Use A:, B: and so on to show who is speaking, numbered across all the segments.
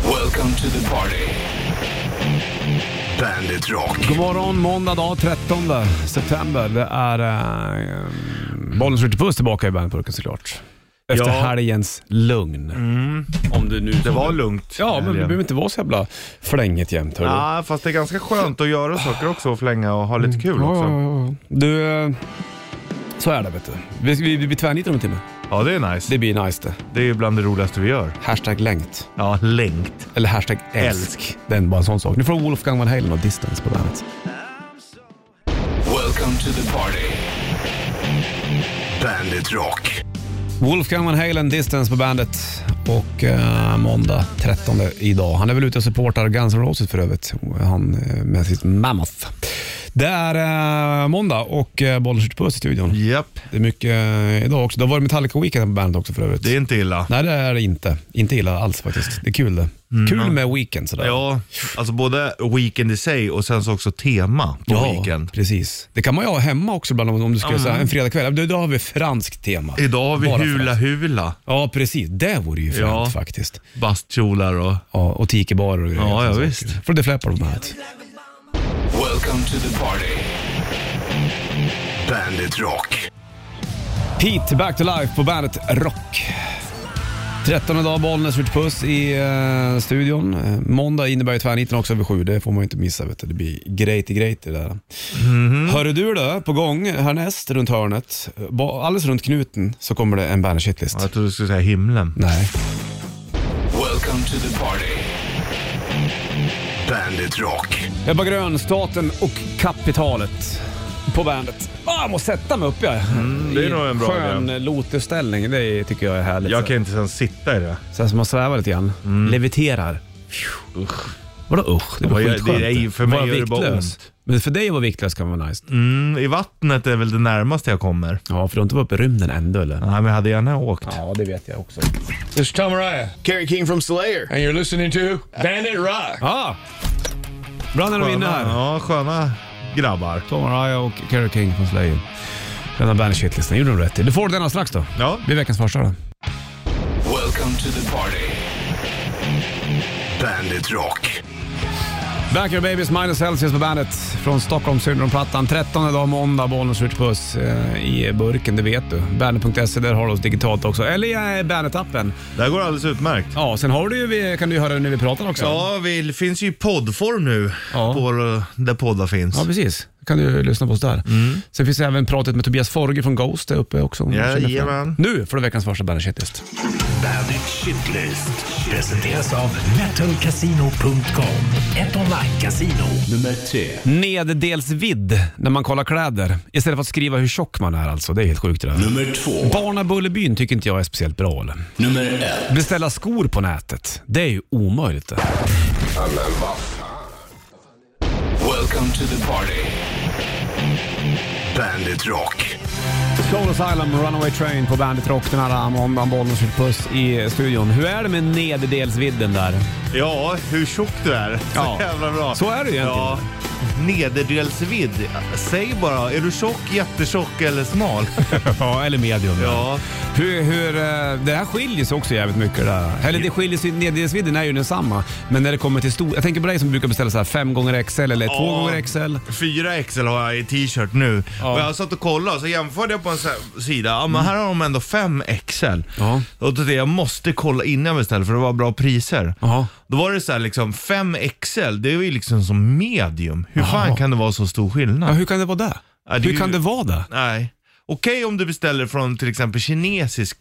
A: Welcome to the party. Bandit Rock.
B: God morgon, måndag dag 13 september. Det är eh, Bollens skjuter puss tillbaka i bandetburken såklart. Efter
C: Ja.
B: helgens lugn. Om du nu
C: Det var lugnt.
B: Ja, men det behöver inte vara så jävla flänget jämt. hörru.
C: Ja, Mm. fast det är ganska skönt att göra saker också och flänga och ha lite kul
B: Ja,
C: också.
B: ja, ja. Du, eh, så är det vet du. Vi, vi, vi blir tvärnitar om en timme.
C: Ja, det är nice.
B: Det blir nice det.
C: Det är ju bland det roligaste vi gör.
B: Hashtag längt.
C: Ja, längt.
B: Eller hashtag älsk.
C: Älsk.
B: Det är bara en sån sak. Nu får Wolfgang Van Halen och Distance på bandet.
A: Welcome to the party. Bandit Rock.
B: Wolfgang Van Halen, Distance på bandet. Och eh, måndag 13 idag. Han är väl ute och supportar Guns N' Roses för övrigt. Han eh, med sitt Mammoth. Det är eh, måndag och eh, bollen skjuter puss i studion.
C: Japp,
B: Det är mycket eh, idag också. Det har varit Metallica Weekend på bandet också för övrigt.
C: det är inte illa.
B: Nej, det är det inte. Inte illa alls faktiskt. Det är kul det. Kul med Weekend sådär.
C: Mm. Ja, alltså både weekend i sig och sen så också tema på
B: Ja,
C: weekend.
B: precis. Det kan man ju ha hemma också ibland om om du ska säga en fredagkväll. Då, då har vi franskt tema.
C: Idag har vi
B: Bara
C: hula
B: franskt.
C: hula,
B: Ja, precis. Det vore ju fränt
C: Ja.
B: faktiskt.
C: bastkjolar och...
B: Ja, och tikibarer och grejer.
C: Ja, ja,
B: Sånt
C: visst.
B: saker. För det fläppar de här.
A: Welcome to the party. Bandit Rock.
B: Pete, Back to Life på bandet Rock. 13 dag Bollnäs skjuter puss i eh, studion. Eh, måndag innebär ju tvärniten också över sju. Det får man ju inte missa. Vet du. Det blir great great det där.
C: Mhm.
B: Hörru du då, på gång härnäst runt hörnet, eh, ba- alldeles runt knuten, så kommer det en bandet shitlist.
C: Ja, Jag trodde du skulle säga himlen.
B: Nej.
A: Welcome to the party. Bandit Rock.
B: Ebba Grön, Staten och Kapitalet på bandet. Ah, jag måste sätta mig upp jag.
C: Mm, det är
B: I
C: nog en bra
B: Skön lotusställning, det tycker jag är härligt.
C: Jag kan inte ens sitta i det.
B: Sen som man svävar lite grann.
C: Mm.
B: Leviterar. Vadå usch? Det var
C: Vad gör-
B: skitskönt.
C: det är- för mig gör det bara
B: viktlös.
C: ont.
B: Men för dig var viktlös kan vara nice.
C: Mm, I vattnet är väl det närmaste jag kommer.
B: Ja, för du har inte varit uppe i rymden ändå eller?
C: Nej, men jag hade gärna åkt.
B: Ja, det vet jag också.
D: This is Tom Araya,
E: Kerry King from Slayer.
D: and you're listening to Bandit Rock.
B: Ah! Bra när de är inne här.
C: ja, sköna grabbar.
B: Tom Araya och Kerry King från Slayer. Den här bandet shitlisten gjorde de rätt i. Du får den alldeles strax då.
C: Ja.
B: Det blir veckans första då.
A: Welcome to the party. Bandit Rock.
B: Back Your Babies, Minus Celsius på bandet från Stockholm Syndrom-plattan. 13 dag måndag, Bollnäs skjuter puss eh, i burken, det vet du. Bandet.se, E, där har du oss digitalt också. Eller i Bandet-appen.
C: Det här går alldeles utmärkt.
B: Ja, sen har du ju, vi- kan du ju höra det när vi pratar också.
C: Ja, vi finns ju i poddform nu,
B: Ja.
C: på, eh, där poddar finns.
B: Ja, precis. Då kan du ju lyssna på oss där.
C: Mm.
B: Sen finns det även pratet med Tobias Forge från Ghost där uppe också. om du känner för det.
C: Jajamän.
B: Nu får du veckans första Bandet Shitlist.
F: Bandit Shitlist presenteras av metalcasino.com. Ett online-casino. Nummer tre.
B: Neddelsvidd när man kollar kläder. Istället för att skriva hur tjock man är alltså. Det är helt sjukt det där.
F: Nummer två.
B: Barnabullebyn tycker inte jag är speciellt bra eller?
F: Nummer ett.
B: Beställa skor på nätet, det är ju omöjligt det.
A: Welcome to the party. Bandit Rock.
B: Soul Asylum, Runaway Train på Bandit Rock den här måndagen. Bollen skjuter puss i studion. Hur är det med nederdelsvidden där?
C: Ja, hur tjock du är. Så
B: Ja.
C: jävla bra.
B: Så är det ju egentligen.
C: Ja. Nederdelsvidd. Säg bara, är du tjock, jättetjock eller smal?
B: Ja, eller medium.
C: ja.
B: Hur, hur, eh, det här skiljer sig också jävligt mycket. Där. Eller det skiljer sig, nederdelsvidden är ju densamma. Men när det kommer till stor... Jag tänker på dig som brukar beställa så här 5 gånger XL eller 2
C: Ja.
B: gånger XL.
C: Fyra XL har jag i t-shirt nu.
B: Ja. Mm.
C: Och jag satt och kollade så jämförde jag på en så här sida. Ja, men här har de ändå fem XL.
B: Ja.
C: Och då tänkte jag, jag måste kolla innan jag beställer för det var bra priser.
B: Ja.
C: Då var det så här liksom, fem XL, det är ju liksom som medium. Hur fan kan det vara så stor skillnad?
B: Ja, hur kan det vara det?
C: Ja, det är
B: hur
C: ju-
B: kan det vara det?
C: Nej. Okej om du beställer från till exempel kinesisk,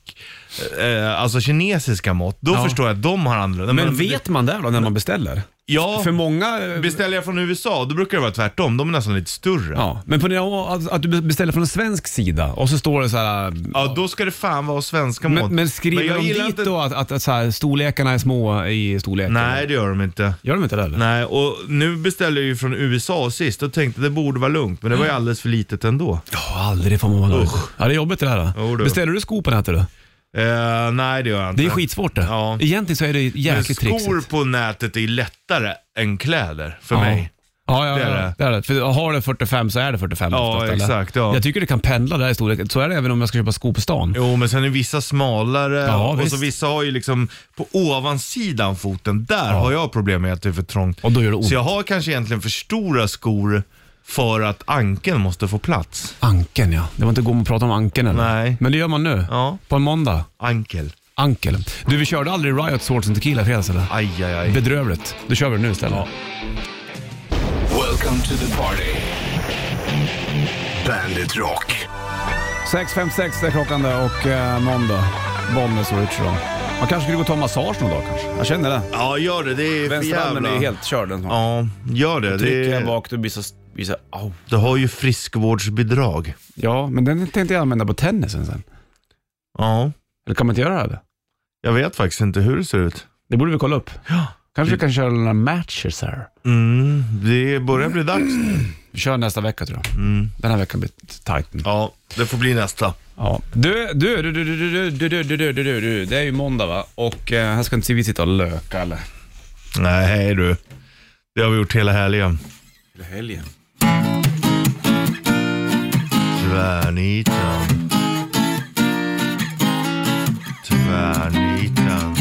C: eh, alltså kinesiska mått. Då
B: Ja.
C: förstår jag att de har annorlunda.
B: Men vet man det då när man beställer?
C: Ja,
B: För många... eh,
C: beställer jag från USA då brukar det vara tvärtom. De är nästan lite större. Ja.
B: Ja, men på nivå att, att du beställer från en svensk sida och så står det så här... eh,
C: då ska det fan vara svenska mått.
B: Men, men skriver
C: jag
B: de dit
C: gillar inte-
B: då att, att, att så här, storlekarna är små i storleken?
C: Nej, det gör de inte.
B: Gör de inte det eller?
C: Nej, och nu beställer jag ju från USA sist och tänkte det borde vara lugnt, men det var ju alldeles för litet ändå.
B: Mm. Ja, aldrig får man vara nöjd.
C: Usch.
B: Ja, det är jobbigt det där.
C: Jo,
B: Då.
C: du.
B: Beställer du skor på nätet då?
C: Eh, nej, det gör jag inte.
B: Det är skitsvårt det.
C: Ja.
B: Egentligen så är det
C: Men
B: jäkligt
C: skor
B: trixigt.
C: på nätet är lättare än kläder för
B: Ja.
C: mig.
B: Ja, ja,
C: Det är
B: ja,
C: det.
B: det är det. För har du 45 så är det 45
C: Ja,
B: oftast, eller?
C: exakt, ja.
B: Jag tycker det kan pendla där i storlek. Så är det även om jag ska köpa skor på stan.
C: Jo, men sen är vissa smalare
B: Ja,
C: och så
B: visst.
C: vissa har ju liksom på ovansidan foten. Där har jag problem med att det är för trångt.
B: Och då gör det ont.
C: Så jag har kanske egentligen för stora skor för att ankeln måste få plats.
B: Anken ja. Det var inte gå och prata om anken eller?
C: Nej.
B: Men det gör man nu.
C: Ja.
B: På en måndag.
C: Ankel.
B: Ankel. Du, vi körde aldrig Riot Swords and Tequila i fredags eller?
C: Aj, aj, aj.
B: Bedrövligt. Då kör vi det nu istället.
A: Welcome to the party. Bandit Rock.
B: 6.56 är klockan där och eh, måndag. Bollnäs och Richard. Man kanske skulle gå och ta massage någon dag kanske. Jag känner det.
C: Ja, gör det. Det är för
B: Vänsterarmen
C: jävla...
B: är helt körd. den har.
C: Ja, gör det.
B: Trycker
C: det
B: jag
C: är...
B: bak, då blir så... Blir så au.
C: Du har ju friskvårdsbidrag.
B: Ja, men den tänkte jag använda på tennisen sen.
C: Ja,
B: Eller kan man inte göra det?
C: jag vet faktiskt inte hur det ser ut.
B: Det borde vi kolla upp.
C: Ja.
B: Kanske vi kan köra några matcher så här.
C: Mm, det börjar bli dags.
B: Vi kör nästa vecka tror jag. Den här veckan blir tight nu.
C: Ja, det får bli nästa.
B: Ja. Du, du, du, du, du, du, du, du, du, du, du, du. Det är ju måndag va? Och eh, här ska inte vi sitta och löka eller?
C: Nej, hej du. Det har vi gjort hela helgen.
B: Eller helgen.
C: Tvärnitan. Tvärnitan.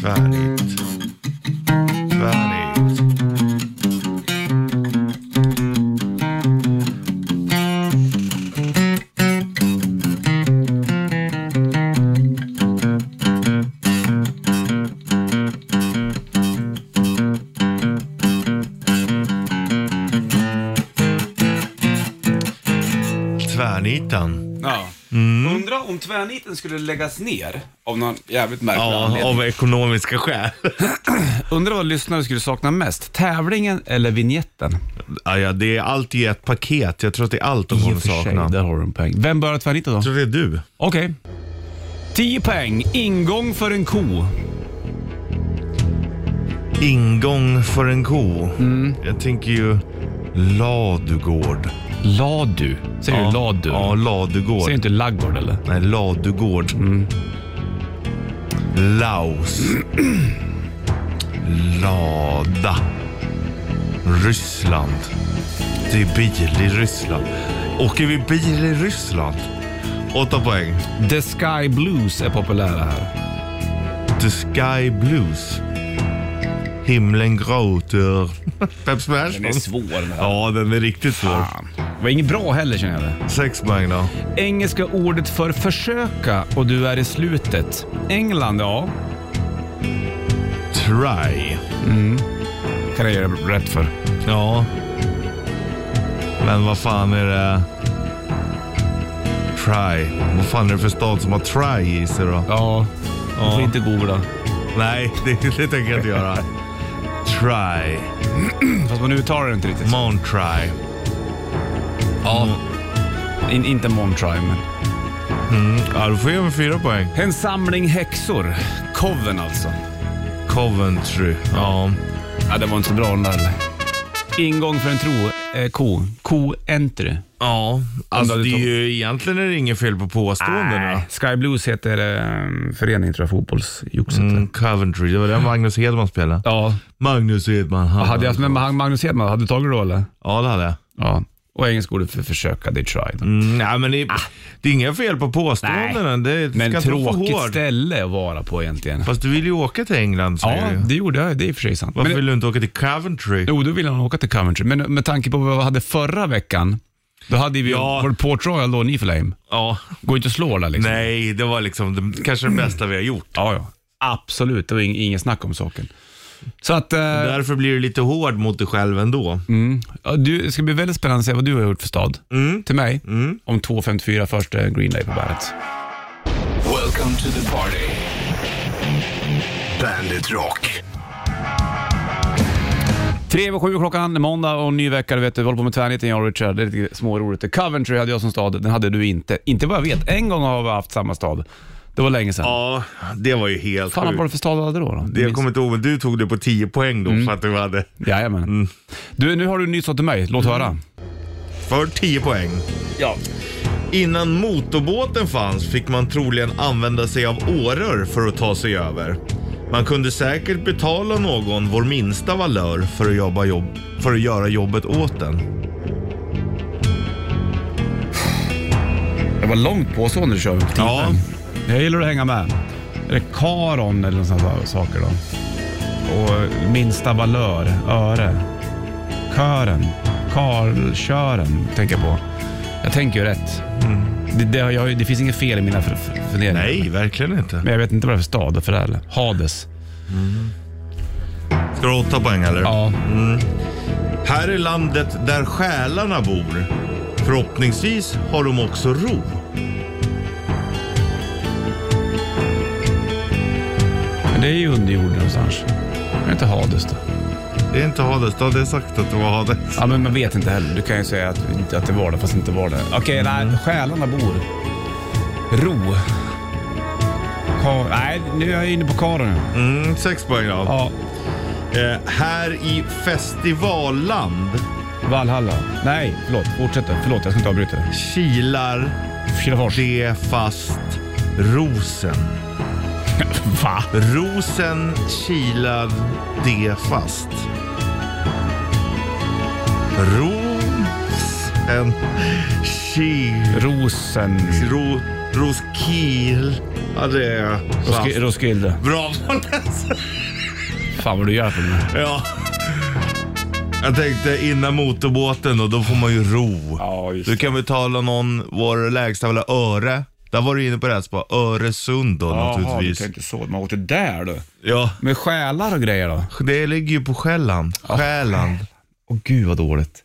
C: Tvärnit. Tvärnit. Tvärnitan.
B: Ja. Undra om tvärniten skulle läggas ner av någon jävligt märklig
C: Ja,
B: anledning.
C: av ekonomiska skäl.
B: Undra vad lyssnare skulle sakna mest, tävlingen eller vignetten?
C: ja, ja, det är allt i ett paket. Jag tror att det är allt de kommer sakna.
B: där har du en poäng. Vem börjar tvärnita då?
C: Jag tror det är du.
B: Okej. 10 poäng, ingång för en ko.
C: Ingång för en ko. Jag tänker ju ladugård.
B: Ladu. Säger du ladu?
C: Ja, ladugård.
B: Säger inte laggård eller?
C: Nej, ladugård. Laos. Lada. Ryssland. Det är bil i Ryssland. Åker vi bil i Ryssland? Åtta poäng.
B: The Sky Blues är populära här.
C: The Sky Blues. Himlen gråter. Pep Smash.
B: svår den
C: Ja, den är riktigt svår.
B: Det var inget bra heller känner jag det.
C: Sex poäng då.
B: Engelska ordet för försöka och du är i slutet. England, ja.
C: Try.
B: Kan jag göra rätt för.
C: Ja. Men vad fan är det? Try. Vad fan är det för stad som har try i sig då?
B: Ja. Du får inte googla.
C: Nej, det, det tänker jag inte göra. Try.
B: Fast man uttalar det inte riktigt.
C: Mount try. Mm. Ja.
B: In, inte Montrime, men...
C: ja, du får ge mig fyra poäng.
B: En samling häxor. Coven alltså.
C: Coventry. Ja.
B: Ja, det var inte så bra den där. eller? Ingång för en tro, eh, ko. Ko-entry.
C: Ja, alltså
B: Om du
C: det
B: hade
C: är ju egentligen är det inget fel på påståendena.
B: Sky Blues heter eh, föreningen tror jag, fotbollsjoxet.
C: Mm, Coventry, det var den Magnus Hedman spelade.
B: Ja,
C: Magnus Hedman, han...
B: hade jag haft med mig Magnus Hedman, hade du tagit det då eller?
C: Ja, det hade jag.
B: Ja. Och engelska ordet för försöka, they tried.
C: Mm, nej, men det, det är inga fel på påståendena. Det
B: Ah.
C: ska
B: Men
C: inte vara för
B: tråkigt
C: hård.
B: ställe att vara på egentligen.
C: Fast du vill ju åka till England säger
B: Ja,
C: du.
B: det gjorde jag. Det är i och för sig sant.
C: Varför
B: Men,
C: vill du inte åka till Coventry?
B: Jo, då ville han åka till Coventry. Men med tanke på vad vi hade förra veckan, då hade vi
C: Ja.
B: ja. vår Port Royal då, Niflheim.
C: Ja.
B: Går inte att slå där liksom.
C: Nej, det var liksom det, kanske det bästa vi har gjort.
B: Ja, ja. Absolut, det var ing- ingen snack om saken. Så att, eh,
C: Därför blir du lite hård mot dig själv ändå.
B: Mm. ja, du, det ska bli väldigt spännande att se vad du har gjort för stad.
C: Mm.
B: Till mig, om 2.54 först eh, Green Day på bandet.
A: Welcome to the party. Bandit Rock.
B: Tre över sju klockan, det är måndag och en ny vecka. Du vet, vi håller på med tvärniten jag och Richard. Det är lite småroligt. Coventry hade jag som stad, den hade du inte. Inte vad jag vet, en gång har vi haft samma stad. Det var länge sedan.
C: Ja, det var ju helt
B: Fan, vad var det
C: sjukt.
B: för stad vi hade då? då?
C: Det jag kommer inte ihåg, men du tog det på 10 poäng
B: Mm.
C: då för att du hade...
B: Jajamän.
C: Mm.
B: Du, nu har du en ny stad till mig. Låt höra.
C: För 10 poäng.
B: Ja.
C: Innan motorbåten fanns fick man troligen använda sig av åror för att ta sig över. Man kunde säkert betala någon vår minsta valör för att, jobba jobb, för att göra jobbet åt den.
B: Det var långt påstående du körde på tiden.
C: Ja.
B: Jag gillar att hänga med. Är det karon eller sådana saker då? Och minsta valör, öre. Kören, karlkören tänker jag på. Jag tänker ju rätt. Det, det, har jag, ju- det finns inget fel i mina f- f- funderingar.
C: Nej, verkligen inte.
B: Men jag vet inte vad det är för stad för det här. eller? Hades.
C: Ska du ha åtta poäng eller?
B: Ja.
C: Här är landet där själarna bor. Förhoppningsvis har de också ro.
B: Men det är ju under jorden någonstans. Är det inte Hades då?
C: Det är inte Hades, då hade jag sagt att det var Hades.
B: Ja, men man vet inte heller. Du kan ju säga att, inte- att det var det, fast det inte var det. Okej, nej. Själarna bor. Ro. Ka- nej, nu är jag inne på karen.
C: Mm, sex poäng då.
B: Ja,
C: Eh, här i festivalland
B: Valhalla. Nej, förlåt. Fortsätt. Förlåt, jag ska inte avbryta.
C: kilar
B: Kilafors.
C: det fast rosen.
B: Va?
C: Rosen kilad det fast. Rosen kil...
B: Rosen.
C: Ro, roskil... Ja, det är fast.
B: Roski- Roskilde.
C: Bra Måns!
B: Fan vad du gör för mig.
C: Ja. Jag tänkte innan motorbåten då, då får man ju ro.
B: Ja, just
C: du kan betala någon vår lägsta väl öre. Där var du inne på rätt spår. Öresund då naturligtvis.
B: så. Man åkte där du.
C: Ja,
B: Men själar och grejer då?
C: det ligger ju på Själland. Själland.
B: Åh gud vad dåligt.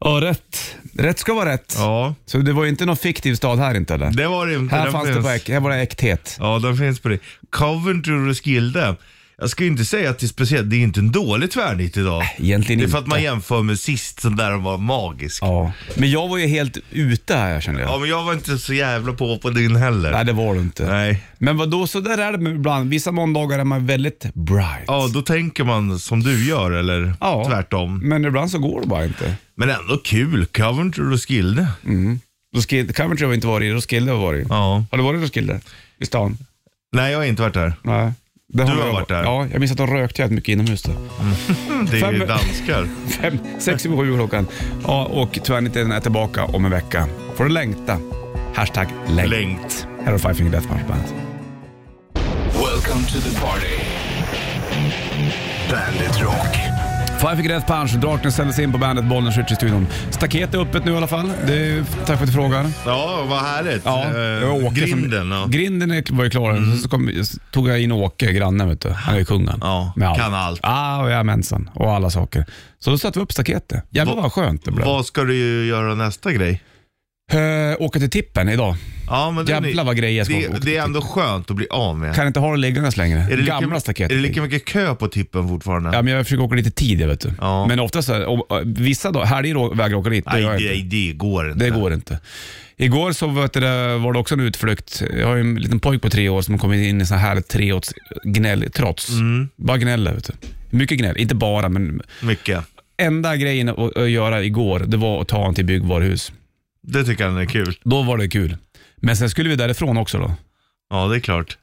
B: Ja, rätt. Rätt ska vara rätt.
C: Ja,
B: Så det var ju inte någon fiktiv stad här inte eller?
C: det var det inte.
B: Här
C: Den
B: fanns det
C: finns.
B: bara äk- här var det äkthet.
C: Ja, den finns på det. Coventry och Roskilde. Jag ska ju inte säga att det är speciellt. Det är inte en dålig tvärnit idag.
B: egentligen
C: Det är för att
B: inte.
C: man jämför med sist, som där den var magisk. Ja.
B: Ja. Men jag var ju helt ute här jag kände jag.
C: men jag var inte så jävla på på din heller.
B: Nej det var du inte.
C: Nej.
B: Men vad då så där är det med ibland. Vissa måndagar är man väldigt bright.
C: Ja, då tänker man som du gör eller
B: Ja.
C: tvärtom.
B: Men ibland så går det bara inte.
C: Men ändå kul. Coventry och Roskilde.
B: Mm. Roskilde, Coventry har vi inte varit i, Roskilde har vi varit i.
C: Ja.
B: Har du varit i Roskilde? I stan?
C: Nej, jag har inte varit där.
B: Nej. Det
C: Du har
B: jag-
C: varit där.
B: Ja, jag minns att de rökte jävligt mycket inomhus där.
C: Det är ju
B: Fem-
C: danskar.
B: Fem, sex över sju klockan. Ja, och tvärniten är tillbaka om en vecka. Får du längta. Hashtag längt.
C: Längt.
B: Här har Five Finger Death Punch Band.
A: Welcome to the party. Bandit Rock.
B: Five Finger Death Punch, Darkness ställdes in på bandet Bollnäs Rich i studion. Staket är öppet nu i alla fall. Det är, tack för att du frågar.
C: Ja, vad härligt.
B: det var
C: eh,
B: Åke som-
C: grinden. Ja. Mm.
B: Grinden är- var ju klar. Så kom, tog jag in Åke, grannen. Vet du. Han är ju kungen.
C: Ja,
B: Med
C: kan allt.
B: Ja, jajamensan. Och alla saker. Så då satte vi upp staketet. Jävlar
C: Va-
B: vad skönt det blev.
C: Vad ska du ju göra nästa grej?
B: Eh, åka till tippen idag.
C: Ja, men den är-
B: Jävlar vad grejer jag ska åka
C: det,
B: till
C: det är ändå skönt att bli av med.
B: Kan inte ha det liggandes längre.
C: är det lika,
B: Gamla staketet.
C: Är det lika mycket kö på tippen fortfarande?
B: Ja, men jag försöker åka lite tidigare vet du.
C: Ja.
B: Men ofta så här, om, eh, vissa dagar, helger å- vägrar jag åka dit. Det,
C: Nej,
B: gör jag
C: det,
B: inte.
C: det går inte.
B: det går inte. Igår så vet du, det, var det också en utflykt. Jag har ju en liten pojk på tre år som har kommit in i så här treårs gnäll, trots.
C: Mm.
B: Bara gnäller vet du. Mycket gnäll, inte bara men.
C: Mycket.
B: Enda grejen att, att göra igår, det var att ta honom till byggvaruhus.
C: Det tycker han är kul.
B: Då var det kul. Men sen skulle vi därifrån också då.
C: Ja, det är klart.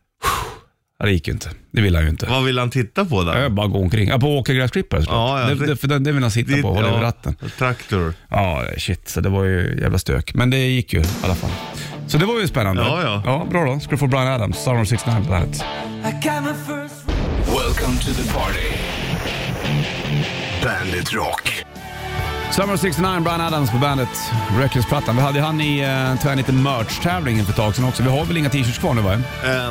B: Ja, Det gick ju inte. Det ville han ju inte.
C: Vad vill han titta på där?
B: Jag bara gå omkring. Ja, på åkergräsklippare
C: Ja, ja,
B: det,
C: det-
B: det, för den, det vill han sitta på och hålla över ratten.
C: Traktor.
B: Ja, shit. Så det var ju jävla stök. Men det gick ju i alla fall. Så det var ju spännande.
C: Ja, ja.
B: ja bra då. Ska du få Brian Adams, Summer 69 på bandet.
E: I got my first
A: Welcome to the party. Bandit Rock.
B: Summer 69, Brian Adams på bandet. Records-plattan. Vi hade ju han i eh, tvärniten merch-tävlingen för ett tag sedan också. Vi har väl inga t-shirts kvar nu va?
C: Eh,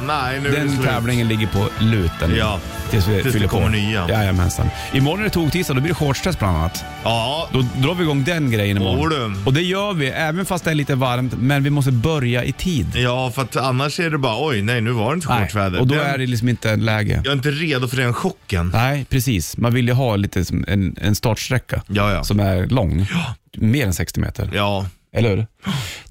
C: nej, nu är det
B: Den
C: slut.
B: tävlingen ligger på luten.
C: Ja,
B: Tills vi
C: tills det
B: fyller på.
C: kommer nya.
B: Jajamensan. Imorgon är det tog-tisdag, då blir det shortstest bland annat.
C: Ja,
B: Då drar vi igång den grejen imorgon.
C: Jodå.
B: Och det gör vi, även fast det är lite varmt, men vi måste börja i tid.
C: ja, för att annars är det bara oj, nej nu var det inte
B: Nej,
C: hårt väder.
B: Och då
C: Den-
B: är det liksom inte läge.
C: Jag är inte redo för den chocken.
B: Nej, precis. Man vill ju ha lite som en, en startsträcka
C: Ja, ja.
B: som är lång. Mer än 60 meter.
C: Ja,
B: Eller hur?
C: du...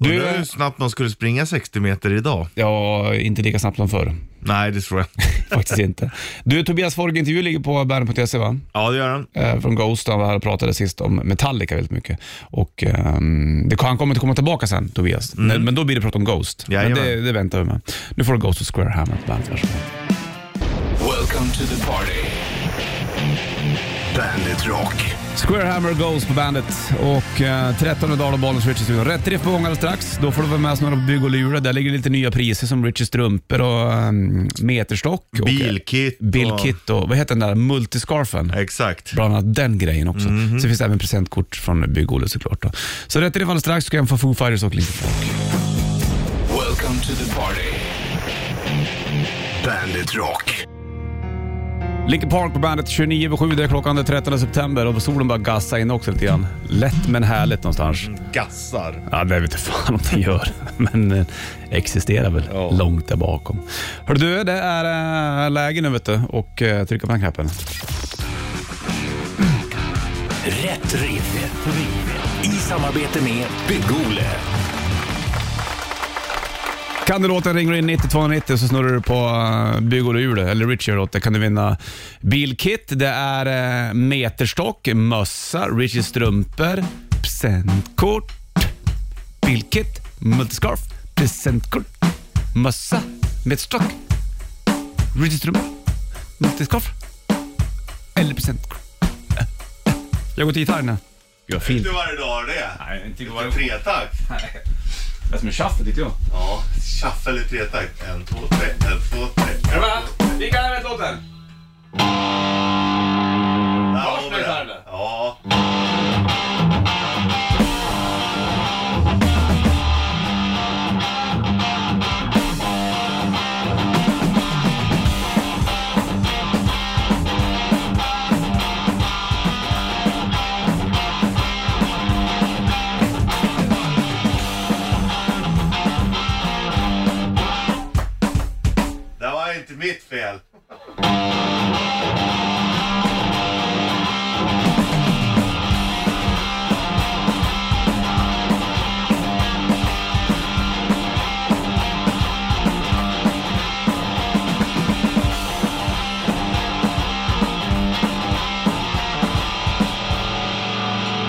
B: Du,
C: undrar hur snabbt man skulle springa 60 meter idag.
B: ja, inte lika snabbt som förr.
C: Nej, det tror jag inte.
B: Faktiskt inte. Du, Tobias Forge intervju ligger på bandet.se va?
C: Ja, det gör han.
B: Eh, Från Ghost, han var här och pratade sist om Metallica väldigt mycket. Och, ehm, det, han kommer att komma tillbaka sen, Tobias. Men, men då blir det prat om Ghost. Men
C: Mm. Jajamän.
B: det, det väntar vi med. Nu får du Ghost och Square Hammer på bandet. Varsågod.
A: Welcome Welcome to the party. Bandit Rock.
B: Square Hammer Goes på bandet och eh, 13 dagar och bollen Richie studion. Rätt riff på gång alldeles strax. Då får du vara med oss några på Bygg och Lura. Där ligger lite nya priser som Richies strumpor och um, meterstock. och, eh,
C: Bilkit och-
B: Bilkit och vad heter den där multiscarfen?
C: Exakt.
B: Bland annat den grejen också. Så det finns även presentkort från Bygg-Olle såklart. Då. Så rätt riff alldeles strax. Du kan få Foo Fighters och Linkin Park.
A: Welcome to the party. Bandit Rock.
B: Linkin Park på bandet 29 över 7, det är klockan den 13 september och solen bara gassar in också lite grann. Lätt men härligt någonstans.
C: Gassar.
B: Ja, det vet inte fan om den gör, men eh, existerar väl
C: Ja.
B: långt där bakom. Hör du, det är äh, läge nu vet du och eh, trycka på den knappen.
F: Rätt riff. Rätt riff. I samarbete med Bygg-Ole.
B: Kan du låten ringer du in 9290 så snurrar du på eh, Bygg-Olle ur det, eller Richie gör det åt dig. kan du vinna bilkit, det är eh, meterstock, mössa, Richies strumpor, presentkort, bilkit, multiscarf, presentkort, mössa, meterstock, Richies strumpor, multiscarf eller presentkort. Eh, eh. Jag går till gitarrerna. Jag fint.
C: Du varje dag har det?
B: Nej, inte
C: Var det tretakt?
B: Det är som en shuffle, tycker jag.
C: Ja, shuffle i tretakt. En, två, tre, en, två, tre.
B: Vi kan även låten.
C: Där
B: Vars
C: har vi
B: med
C: det.
B: gitarren?
C: Mm. Ja. Det var inte mitt fel.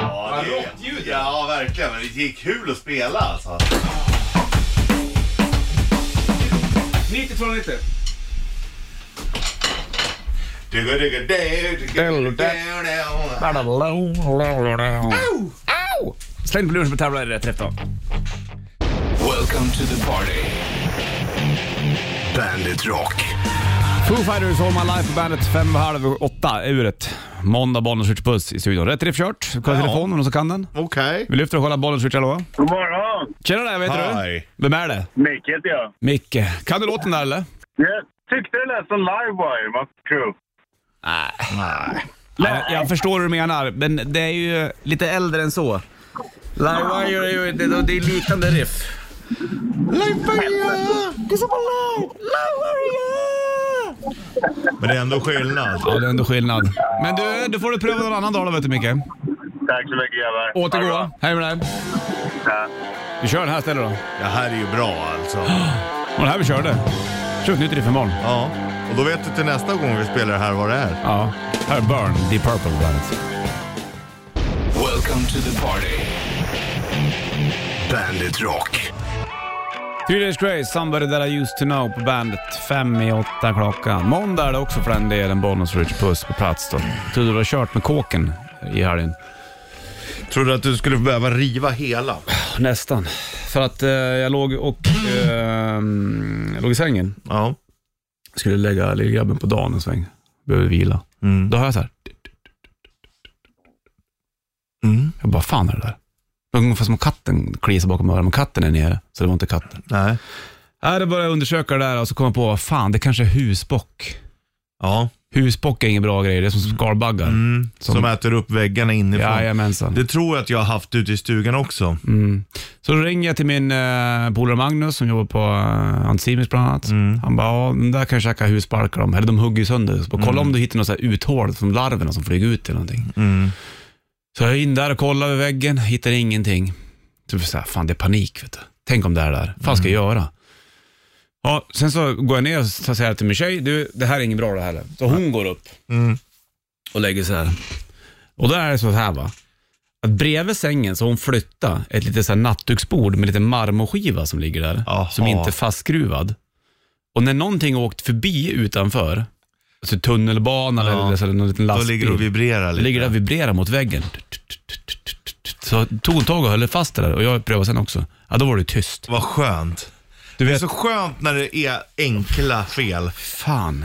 C: Ja, det-
B: rockljud, ja.
C: Ja, verkligen. Men det gick kul att spela alltså.
B: 9290.
C: Digga, digga, digga, digga,
B: Hello,
C: digga,
B: that-
C: digga.
B: Au! Au! Släng på luren som tävlar i rätt träff då.
A: Welcome to the party. Bandit Rock.
B: Foo Fighters All My Life på bandet fem och halv åtta uret. Måndag, Bollnäs Ritch Puss i studion. Rätt riff kört. Kolla telefonen om någon som kan den.
C: Okej.
B: Vi lyfter och kollar Bollnäs Ritch, hallå?
E: God morgon!
B: Tjena där, vet du?
C: Hej.
B: Vem är det?
E: Micke heter jag.
B: Micke. Kan du låten där eller?
E: Jag tyckte det lät som Livewire, vad tror
B: Jag, jag förstår hur du menar, men det är ju lite äldre än så. Livewire är ju det, det är liknande riff.
C: Men det är ändå skillnad.
B: Ja, det är ändå skillnad. Men du, du får du pröva någon annan dag då vet du Micke.
E: Tack så mycket grabbar.
B: Återgå. Hej med dig.
E: Ja.
B: Vi kör den här istället då.
C: Det här är ju bra alltså.
B: Och det här vi körde. Kör ett nytt riff imorgon.
C: Ja. Och då vet du till nästa gång vi spelar det här vad det är.
B: Ja. Här är Burn, Deep Purple på bandet.
A: Welcome to the party. Bandit Rock.
B: Three Days Grace, Somebody That I Used To Know på bandet. Fem i åtta klockan. Måndag är det också för den delen. Bonus Richard Puss på plats då. Trodde du har kört med kåken i helgen?
C: Tror du att du skulle behöva riva hela?
B: Nästan. För att eh, jag låg och... Eh, jag låg i sängen.
C: Ja.
B: Skulle lägga lillgrabben på dagen en sväng. Behöver vila.
C: Mm.
B: Då hör jag så här.
C: Mm.
B: Jag bara, fan är det där? Det var ungefär som om katten kliar sig bakom öronen, men katten är nere. Så det var inte katten.
C: Nej.
B: Nej, det började jag undersöka det där och så kom jag på, fan det kanske är husbock.
C: Ja.
B: Husbock är ingen bra grej, det är som skalbaggar.
C: Mm. Som, äter upp väggarna inifrån.
B: Jajamensan.
C: Det tror jag att jag har haft ute i stugan också.
B: Mm. Så då ringer jag till min eh, polare Magnus som jobbar på eh, Anticimis bland annat.
C: Mm.
B: Han bara, ja, den där kan jag käka husbarkar om. Eller de hugger ju sönder. Så bara, kolla
C: Mm.
B: om du hittar något så här uthål från larverna som flyger ut eller någonting. Så jag är in där och kollar över väggen, hittar ingenting. Så jag så här, fan det är panik vet du. Tänk om det är där. Vad fan ska jag
C: Mm.
B: göra? Ja, sen så går jag ner och så säger jag till min tjej, du, det här är inget bra det här. Så hon går upp
C: Mm.
B: och lägger sig här. Och då är det så här va att bredvid sängen så har hon flyttat ett litet så här nattduksbord med lite marmorskiva som ligger där,
C: Aha.
B: som inte är fastskruvad. Och när någonting har åkt förbi utanför, alltså, tunnelbana eller, så, eller någon liten
C: Då
B: lastbil.
C: ligger det och vibrerar
B: Jag
C: lite.
B: ligger där och vibrerar mot väggen. Så tog hon tag och höll fast det där och jag prövade sen också. Ja, då var det tyst.
C: Vad skönt.
B: Du
C: Det är
B: vet,
C: så skönt när det är enkla fel.
B: fan.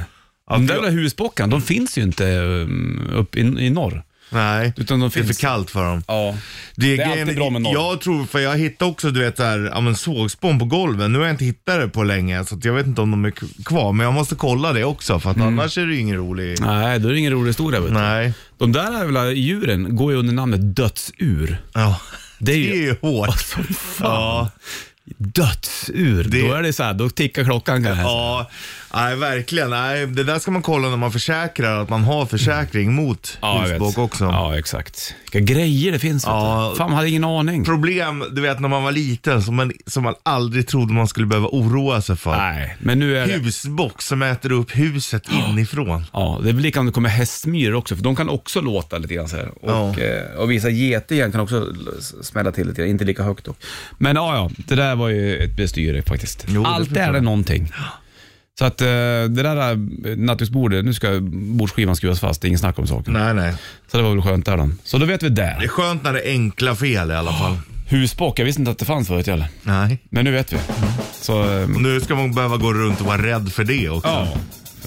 B: De där
C: jag-
B: jävla husbockarna, de finns ju inte um, uppe i, i norr.
C: Nej,
B: Utan de
C: det är för
B: finns.
C: kallt för dem.
B: Ja. Det är
C: grejen-
B: alltid bra med norr.
C: Jag tror, för jag hittade också du vet så här, ja, men sågspån på golven. Nu har jag inte hittat det på länge så att jag vet inte om de är k- kvar. Men jag måste kolla det också för att annars är det ju ingen rolig.
B: Mm. Nej, då är det ingen rolig historia. Vet du.
C: Nej.
B: De där jävla djuren går ju under namnet dödsur.
C: Ja.
B: Det är
C: Det är
B: ju...
C: ju hårt.
B: Alltså, fan.
C: Ja,
B: Dödsur.
C: Det-
B: Då är det så här, då tickar klockan kanske.
C: ja, nej verkligen. Nej, det där ska man kolla när man försäkrar, att man har försäkring mot
B: Ja, jag
C: husbåk
B: vet.
C: också.
B: Ja, exakt. Vilka grejer det finns. Ja.
C: Ja.
B: Fan, man hade ingen aning.
C: Problem, du vet när man var liten, som man, som man aldrig trodde man skulle behöva oroa sig för.
B: Nej, men nu är det...
C: Husbock som äter upp huset inifrån.
B: Ja, det är väl lika om det kommer hästmyror också, för de kan också låta lite grann så här. Och,
C: Ja.
B: eh, och vissa getingar kan också s- smälla till lite grann, inte lika högt dock. Men ja, ja, det där var ju ett bestyre faktiskt.
C: Jo, det
B: Allt
C: förstår
B: är det
C: jag.
B: någonting. Så att eh, det där eh, nattduksbordet, nu ska bordsskivan skruvas fast, det är ingen snack om saken.
C: Nej, nej.
B: Så det var väl skönt där då. Så då vet vi
C: Det
B: det.
C: är skönt när det är enkla fel i alla fall.
B: Husbock, jag visste inte att det fanns förut heller.
C: Nej.
B: Men nu vet vi.
C: Mm.
B: Så, eh,
C: Och nu ska man behöva gå runt och vara rädd för det också.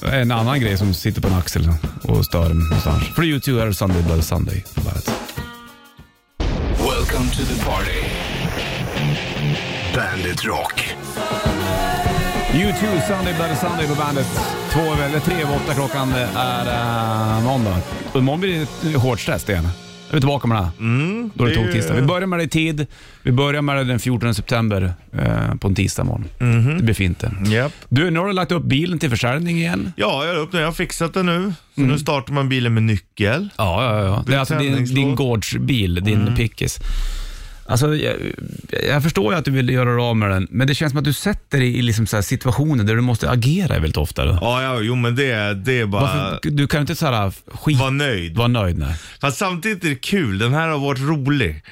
B: ja. En annan grej som sitter på en axel och stör en någonstans. För YouTube är det Sunday Bloody Sunday på bandet.
A: Welcome to the party. Bandit Rock.
B: U2, Sunday Bloody Sunday på bandet. Två över, eller tre över åtta klockan det är äh, måndag. Och imorgon blir det ett hårt stress igen. Då är vi tillbaka med det. här. Då är det
C: det är-
B: tågtisdag. Vi börjar med det i tid. Vi börjar med det den 14 september eh, på en tisdag morgon. Det blir fint det.
C: Japp.
B: Du, nu har du lagt upp bilen till försäljning igen.
C: Ja, jag, är upp nu. jag har fixat det nu. Så nu startar man bilen med nyckel.
B: Ja, ja, ja. Det är alltså din,
C: Beställningslåda.
B: din gårdsbil, din
C: Mm.
B: pickis. Alltså, jag, jag förstår ju att du vill göra dig av med den, men det känns som att du sätter dig i liksom så här situationer där du måste agera väldigt ofta. Då.
C: Ja, ja jo men det, det är bara...
B: Varför, du kan ju inte såhär skit...
C: Var nöjd.
B: Var nöjd nej.
C: Fast samtidigt är det kul. Den här har varit rolig.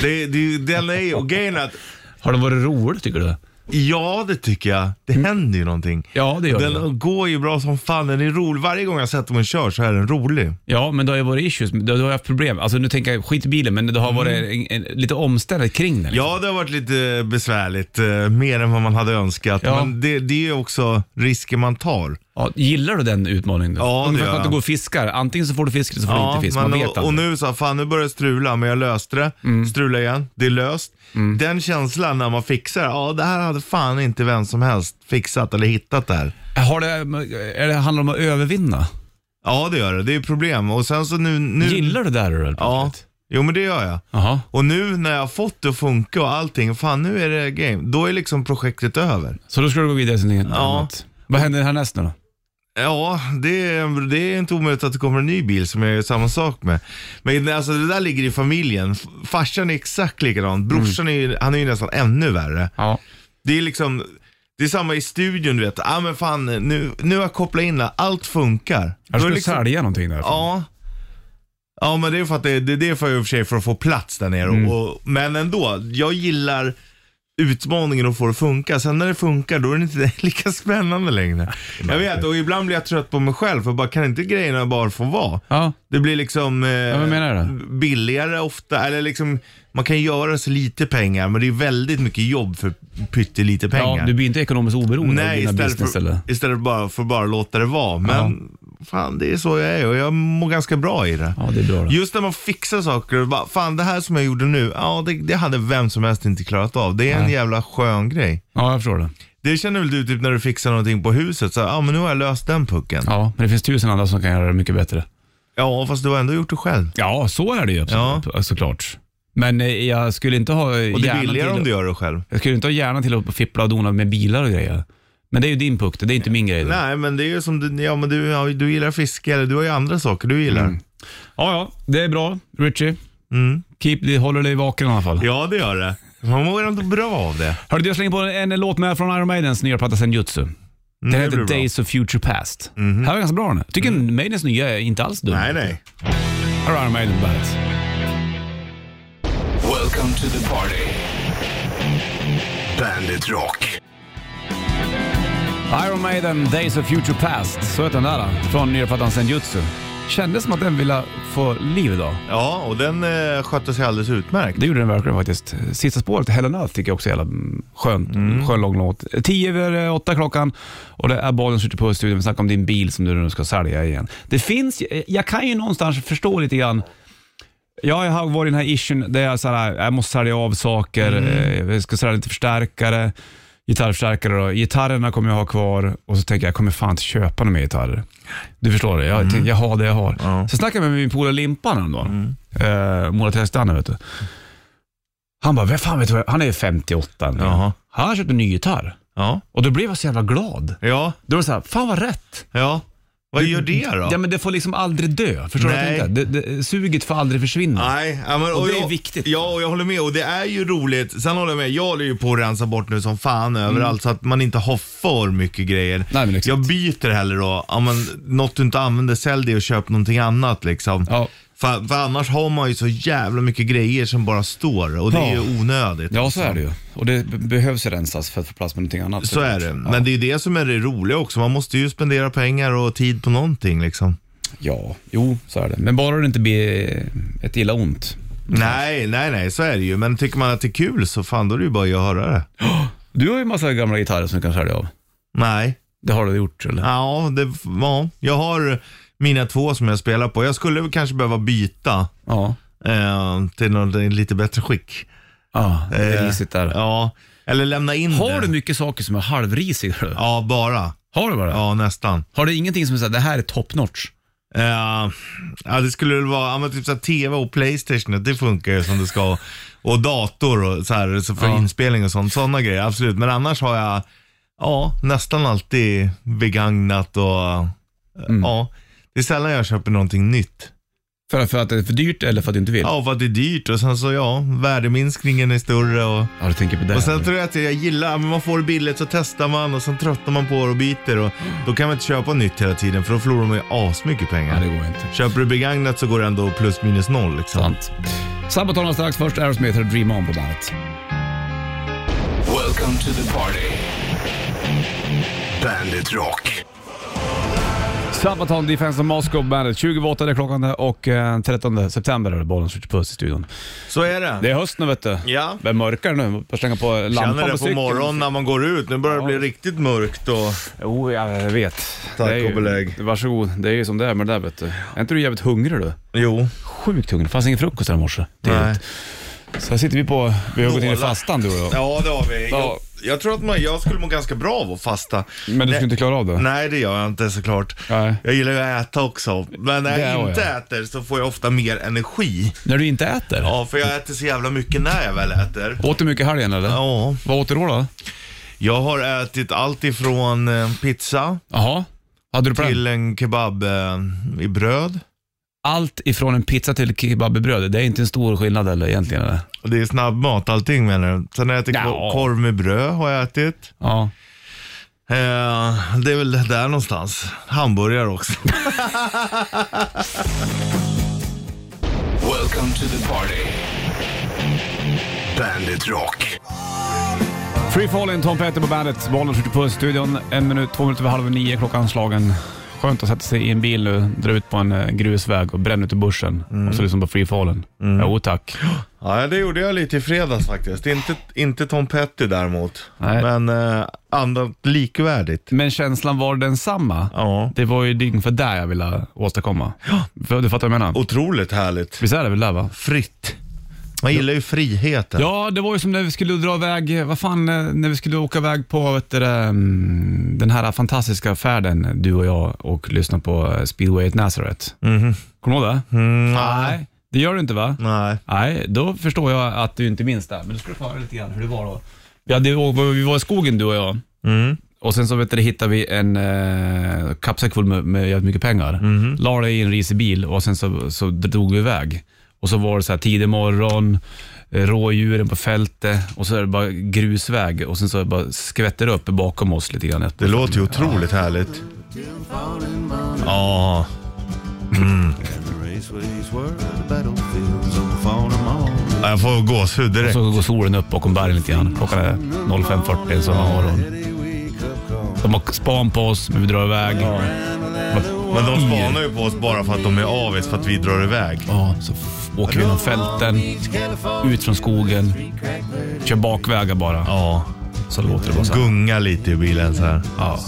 C: Det, det, den är ju... Och grejen är att,
B: Har det varit roligt tycker du?
C: ja det tycker jag. Det händer ju någonting.
B: Ja, det gör det.
C: Den går ju bra som fan. Den är rolig. Varje gång jag sätter mig och kör så är den rolig.
B: Ja, men det har ju varit issues. Du har ju haft problem. Alltså nu tänker jag skit i bilen, men det har varit en, en, lite omständigt kring den. liksom.
C: Mm. Ja, det har varit lite besvärligt. eh, Mer än vad man hade önskat.
B: Ja.
C: Men det, det är ju också risker man tar.
B: Ja, gillar du den utmaningen? då?
C: Ja, det
B: Ungefär
C: gör
B: som att du
C: jag.
B: går och fiskar. Antingen så får du fisk eller så får du inte fisk. Man
C: men
B: vet
C: och, och
B: aldrig. Mm.
C: nu så, fan nu börjar det strula, men jag löste det. Strula igen, det är löst. Den känslan när man fixar, ja det här hade fan inte vem som helst fixat eller hittat där.
B: Har det, är det, handlar det om att övervinna?
C: Ja det gör det, det är problem. Och sen så nu... nu
B: Gillar du det här eller?
C: Ja, jo men det gör jag.
B: Jaha.
C: Och nu när jag har fått det att funka och allting, fan nu är det game. Då är liksom projektet över.
B: Så då ska du gå vidare till något
C: Ja.
B: annat. Vad händer härnäst nu då?
C: Ja, det, är- det är inte omöjligt att det kommer en ny bil som jag gör samma sak med. Men alltså det där ligger i familjen. F- Farsan är exakt likadan. Brorsan är, ju- han är ju nästan ännu värre.
B: Ja.
C: Det är liksom, det är samma i studion du vet. Ja ah, men fan, nu, nu har jag kopplat in det. Allt funkar.
B: Jag
C: Då är
B: ska
C: det
B: du
C: liksom,
B: sälja någonting där.
C: Ja. Ja men det är för att det, det, det är för, i och för sig för att få plats där nere.
B: Mm.
C: Och, men ändå, jag gillar utmaningen att få det att funka. Sen när det funkar då är det inte lika spännande längre. Jag vet och ibland blir jag trött på mig själv för bara kan inte grejerna bara få vara?
B: Ja.
C: Det blir liksom eh,
B: vad menar du
C: billigare ofta, eller liksom man kan göra så lite pengar men det är väldigt mycket jobb för pyttelite pengar.
B: ja. Du blir inte ekonomiskt oberoende av
C: Nej,
B: dina
C: istället,
B: business
C: för,
B: eller?
C: istället bara, för bara låta det vara. Men fan, det är så jag är och jag mår ganska bra i det.
B: Ja, det är bra. då.
C: Just när man fixar saker och bara, fan det här som jag gjorde nu, ja det, det hade vem som helst inte klarat av. Det är en jävla skön grej.
B: Ja, jag förstår det.
C: Det känner väl du typ när du fixar någonting på huset, så ja ah, men nu har jag löst den pucken. Ja.
B: Ja, men det finns tusen andra som kan göra det mycket bättre.
C: fast du har ändå gjort det själv.
B: Ja, så är det ju absolut, såklart. Men eh, jag skulle inte ha
C: Och det är
B: hjärnan
C: billigare
B: till,
C: om du gör det själv.
B: Jag skulle inte ha hjärnan till att fippla och dona med bilar och grejer. Men det är ju din puck, det är inte min grej. det.
C: Nej men det är ju som, du, ja men du, ja, du gillar fiske eller du har ju andra saker du gillar.
B: Mm. Ja, ja, det är bra, Richie.
C: Mm.
B: Keep, det håller dig vaken i alla fall.
C: Ja det gör det. Man mår ändå bra av det.
B: Hörde jag slänger på en, en låt med från Iron Maidens nya platta Senjutsu. Den
C: det
B: heter
C: blir bra. Mhm. Mm.
B: Days of Future Past. Det här var ganska bra den. Jag tycker Maidens nya är inte alls dum.
C: Nej nej.
B: Här är Iron Maiden på bandet.
A: Welcome to the party. Bandit Rock.
B: Iron Maiden, Days of Future Past. Så heter den där. Från nya plattan Senjutsu. Kändes som att den ville få liv idag.
C: Ja, och den eh, skötte sig alldeles utmärkt.
B: Det gjorde den verkligen faktiskt. Sista spåret, Helen Earth, tycker jag också är jävla mm, skönt. Skön lång låt. Tio över eh, åtta klockan och det är bollen som sitter på i studion. Vi snackar om din bil som du nu ska sälja igen. Det finns, ju- eh, jag kan ju någonstans förstå lite grann. Jag har varit i den här issuen där jag, så här, "Äh, jag måste sälja av saker, eh, jag ska sälja lite förstärkare, gitarrförstärkare då. Gitarrerna kommer jag ha kvar och så tänker jag, jag kommer fan inte köpa några mer gitarrer. Du förstår det, jag, tänker, jag har det jag har.
C: Mm. Ja. Mm.
B: Så snackade jag med min polare Limpan häromdagen, eh, Mora Trästanne vet du. Han bara, vem fan vet du vad jag-" Han är 58 nu.
C: Jaha.
B: Han har köpt en ny gitarr.
C: Ja,
B: Och då blev jag så jävla glad.
C: ja,
B: Då var det så här, fan vad rätt.
C: ja. Vad gör det då?
B: Ja men det får liksom aldrig dö. Förstår du vad jag
C: Nej.
B: tänkte? Det, det, suget får aldrig försvinna.
C: Nej, ja, men,
B: Och det är
C: jag,
B: viktigt.
C: Ja, och jag håller med. Och det är ju roligt. Sen håller jag med, jag håller ju på att rensa bort nu som fan överallt så att man inte har för mycket grejer.
B: Mm. Nej, men exakt.
C: jag byter hellre då, ja, men, något du inte använder, sälj det och köp någonting annat liksom.
B: Ja.
C: För, för annars har man ju så jävla mycket grejer som bara står och det är
B: Ja.
C: ju onödigt.
B: Ja, så är det ju. Och det b- behövs ju rensas för att få plats med någonting annat.
C: Så är det. Men det är ju det som är det roliga också. Man måste ju spendera pengar och tid på någonting liksom.
B: Ja, jo, så är det. Men bara det inte blir ett illa ont.
C: Nej, nej, nej, så är det ju. Men tycker man att det är kul så fan då är det ju bara att göra det.
B: Du har ju massa gamla gitarrer som du kan sälja av.
C: Nej.
B: Det har du gjort, eller?
C: Ja, det, ja, jag har mina två som jag spelar på. Jag skulle kanske behöva byta
B: Ja.
C: eh, till något i lite bättre skick.
B: Ja, det är risigt där.
C: Eh, Ja, eller lämna in
B: Har
C: det.
B: du mycket saker som är halvrisiga? eller?
C: Ja, bara.
B: Har du bara?
C: Ja, nästan.
B: Har du ingenting som är såhär, det här är top notch?
C: Eh, ja, det skulle väl vara ja, men typ så här, TV och Playstation, det funkar ju som det ska. Och dator och så här, så för
B: Ja.
C: inspelning och sånt. Sådana grejer, absolut. Men annars har jag ja, nästan alltid begagnat och eh,
B: Mm.
C: ja. Det är sällan jag köper någonting nytt.
B: För, för att det är för dyrt eller för att du inte vill?
C: Ja, för att det är dyrt och sen så ja, värdeminskningen är större och,
B: Ja, du tänker på det.
C: och sen tror jag att jag gillar, men man får det billigt så testar man och sen tröttnar man på det och byter och då kan man inte köpa nytt hela tiden för då förlorar man ju asmycket
B: Nej,
C: pengar.
B: det går inte.
C: Köper du begagnat så går det ändå plus minus noll liksom.
B: Sant. Sabaton har strax först Aerosmith och Dream On på bandet.
A: Welcome to the party. Bandit Rock.
B: Sabaton, Defense of Moscow på bandet. 28 är klockan där och eh, 13 september är det bollen som puss i studion.
C: Så är det.
B: Det är höst nu vet du.
C: Ja.
B: Det är mörkare nu. Bara slänga på lampan
C: Känner det
B: på
C: på
B: cykeln.
C: morgonen när man går ut. Nu börjar det bli riktigt mörkt och
B: Jo, jag vet.
C: Tack
B: Det är ju-
C: och belägg.
B: Varsågod. Det är ju som det är med det där vet du. Är inte du jävligt hungrig du?
C: jo.
B: Sjukt hungrig. Det fanns ingen frukost här i morse.
C: Nej.
B: Så här sitter vi på... Vi har gått in i
C: Nålar.
B: fastan du och jag.
C: Ja, det har vi.
B: Ja.
C: Jag, jag tror att man, jag skulle må ganska bra av att fasta.
B: Men du
C: Nej.
B: skulle inte klara av det?
C: Nej, det gör jag inte såklart.
B: Nej.
C: Jag gillar ju att äta också. Men när
B: Det har
C: jag inte
B: jag.
C: äter så får jag ofta mer energi.
B: När du inte äter?
C: Ja, för jag äter så jävla mycket när jag väl äter.
B: Åt du mycket i helgen eller?
C: Ja,
B: Vad åt du då? då?
C: jag har ätit allt ifrån eh, pizza
B: Jaha. Hade du på den?
C: till en kebab eh, i bröd.
B: Allt ifrån en pizza till kebab i bröd. Det är inte en stor skillnad eller egentligen eller?
C: Och det är snabbmat allting menar du? Sen har jag ätit
B: Ja.
C: ko- korv med bröd har jag ätit.
B: Ja.
C: Eh, det är väl där någonstans. Hamburgare också.
A: Welcome to the party. Bandit Rock.
B: Free Falling, Tom Petter på bandet. Bollen skjuter på studion. En minut, två minuter över halv nio klockan slagen. Skönt att sätta sig i en bil nu, dra ut på en eh, grusväg och bränna ut i bussen. Och så lyssna på Free Fallen. Jo tack.
C: Ja, det gjorde jag lite i fredags faktiskt. Inte, inte Tom Petty däremot.
B: Nej.
C: Men eh, annat likvärdigt.
B: Men känslan var densamma.
C: Ja.
B: Det var ju dygn för där jag ville åstadkomma. För, du fattar vad jag menar?
C: Otroligt härligt.
B: Visst är det väl där va?
C: Fritt. Man gillar ju friheten.
B: Ja, det var ju som när vi skulle dra iväg, vad fan, eh, när vi skulle åka iväg på vet du, det, mm, den här fantastiska färden, du och jag, och lyssna på eh, Speedway at Nazareth. Kommer du ihåg det? nej. Det gör du inte va?
C: Nej.
B: Nej, då förstår jag att du inte minns det. Men du skulle få höra lite grann hur det var då. Vi, hade, vi var i skogen du och jag. Och sen så vet du, det hittade vi en eh, kappsäck full med, med jävligt mycket pengar. La det i en risig bil och sen så, så drog vi iväg. Och så var det så här tidig morgon, eh, rådjuren på fältet och så är det bara grusväg och sen så bara skvätter det upp bakom oss lite grann.
C: Det låter ju otroligt härligt. Ja. Mm. Jag får gåshud
B: Alltså,
C: direkt.
B: Så går solen upp bakom bergen lite grann. Klockan är 05.40 så har hon De har span på oss, men vi drar iväg. Ja,
C: Men de spanar ju på oss bara för att de är avis för att vi drar iväg.
B: så f- åker vi genom fälten, ut från skogen, kör bakvägar bara.
C: Ja.
B: Så låter det bara så här.
C: Gunga lite i bilen så här.
B: Ja.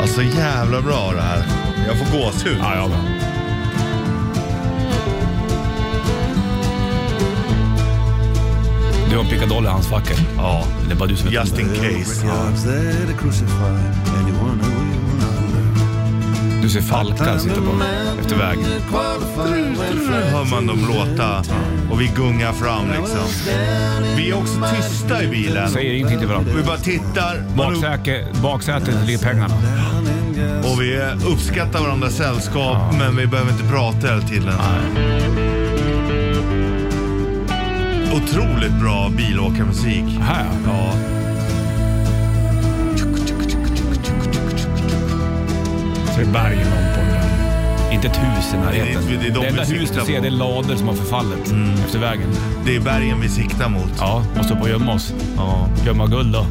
C: Alltså jävla bra det här. Jag får gåshud.
B: Ja, ja, men. Du har en pickadoll i hans facket.
C: Ja.
B: Det är bara du som vet om
C: Just in
B: det.
C: case.
B: Du ser Falkan sitta på efter vägen.
C: Hör man dem låta och vi gungar fram liksom. Vi är också tysta i bilen.
B: Säger ingenting till varandra.
C: Vi bara tittar man upp,
B: Baksäke, baksätet ligger pengarna.
C: och vi uppskattar varandras sällskap men vi behöver inte prata hela tiden. Otroligt bra bilåkarmusik.
B: Här ja.
C: Ja.
B: Så är bergen om på den. Inte ett hus i närheten.
C: Det är- det är de
B: Det enda
C: vi
B: hus du
C: siktar
B: ser
C: på. Mm.
B: det är lador som har förfallit efter vägen.
C: Det är bergen vi siktar mot.
B: Ja, måste upp och gömma oss.
C: Ja.
B: Gömma guld då.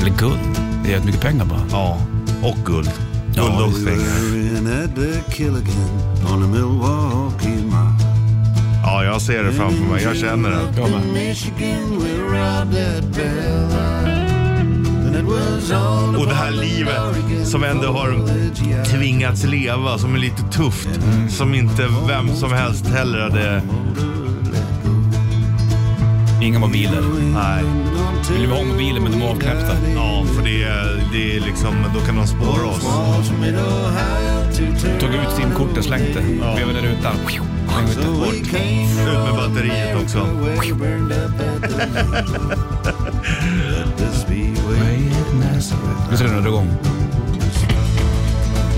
B: Eller guld. Det är jävligt mycket pengar bara.
C: Ja. Och guld.
B: Ja,
C: Guld och pengar.
G: Staring at the Killigan on the Milwaukee Mile.
C: Ja, jag ser det framför mig. Jag känner det.
B: Jag med.
G: Michigan, we robbed that bell. And it was all
C: Och det här livet som ändå har tvingats leva, som är lite tufft.
B: Mm.
C: Som inte vem som helst heller hade...
B: Inga mobiler.
C: Nej.
B: Vill vi ha mobilen men de är avknäppta.
C: Ja, för det är, det är liksom, då kan de spåra oss.
B: Tog ut simkortet, slängt det. Vevade där rutan. Släng ut det.
C: Bort. Ut med batteriet också.
B: Nu ser den drar igång.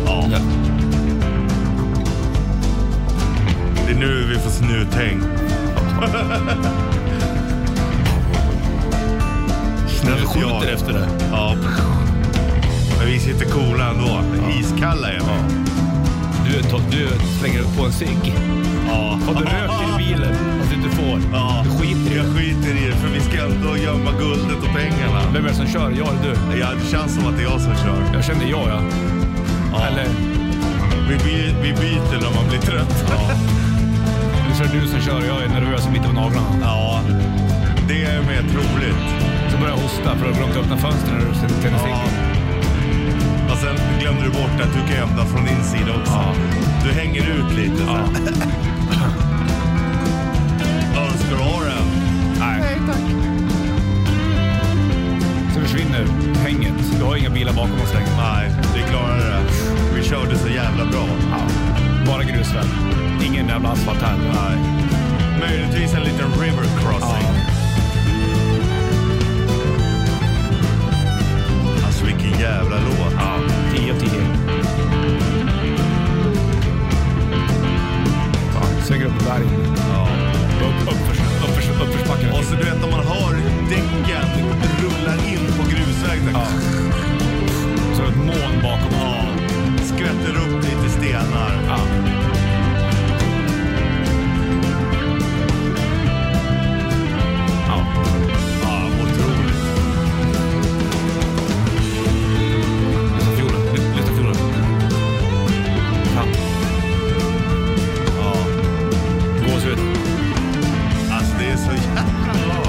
C: Ja.
B: Ja.
C: Det är nu vi får snuthäng.
B: Den
C: Snut jag.
B: skjuter efter det.
C: Ja. Men vi sitter coola ändå. Iskalla är vi.
B: Du, to- du slänger på en cigg.
C: Ja.
B: Och du röker i bilen. Fast du inte får.
C: Ja.
B: Du skiter i
C: Jag
B: det.
C: skiter i det för vi ska ändå gömma guldet och pengarna.
B: Vem är det som kör? Jag eller du?
C: Ja, det känns som att det är jag som kör.
B: Jag kände jag ja.
C: Ja.
B: Eller
C: Vi, by- vi byter när man blir trött. Ja.
B: nu kör du som kör. Jag är nervös och biter på naglarna.
C: Det är mer troligt.
B: Så börjar jag hosta för att glömt öppna fönstren när du tänder
C: Ja.
B: ciggen.
C: Och sen glömde du bort att du kan öppna från din sida också.
B: Ja.
C: Du hänger ut lite. så här. Ja, ska du ha den?
B: Nej. Så försvinner hänget. Du har inga bilar bakom oss längre.
C: Nej, vi klarade det. Vi körde så jävla bra.
B: Bara grusväg. Ingen jävla asfalt här.
C: Nej. Möjligtvis en liten river crossing. Alltså vilken jävla låt.
B: Ja, 10 av 10. Fan, Svänger upp i bergen.
C: Ja.
B: Upp, uppförs, uppförs, uppförsbacken.
C: Och så du vet när man hör däcken rulla in på grusvägen.
B: Ja. så ett moln bakom.
C: Ja. Skvätter upp lite stenar.
B: Ja. Ja.
C: Ja, otroligt.
B: Lyssna fiolen. Ly- Lyssna fiolen. Fan.
C: Ja.
B: Gåshud.
C: Alltså det är så jävla bra.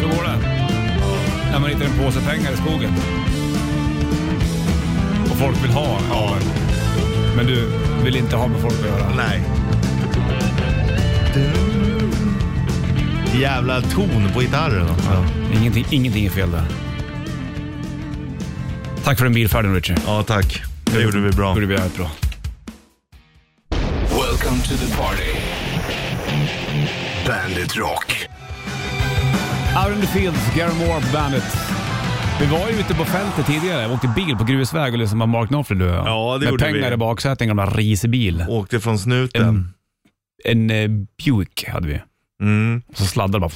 B: Så går det. När man hittar en påse pengar i skogen. Och folk vill ha. Ja. Men du vill inte ha med folk att göra.
C: Nej. Jävla ton på gitarren alltså.
B: Ingenting, ingenting är fel där. Tack för den bilfärden Richard.
C: Ja, tack. Det gjorde vi bra.
B: gjorde vi jävligt bra.
A: Welcome to the party. Bandit Rock.
B: Out in the fields, Gary Moore på bandet. Vi var ju ute på fältet tidigare. Jag åkte bil på grusväg och liksom lyssnade på Mark Knopfler du och jag.
C: Ja, det
B: Med
C: gjorde
B: pengar
C: vi.
B: i baksätet, en gammal racerbil.
C: Åkte från snuten.
B: En eh, Buick hade vi.
C: Mm.
B: Så sladdade det bara.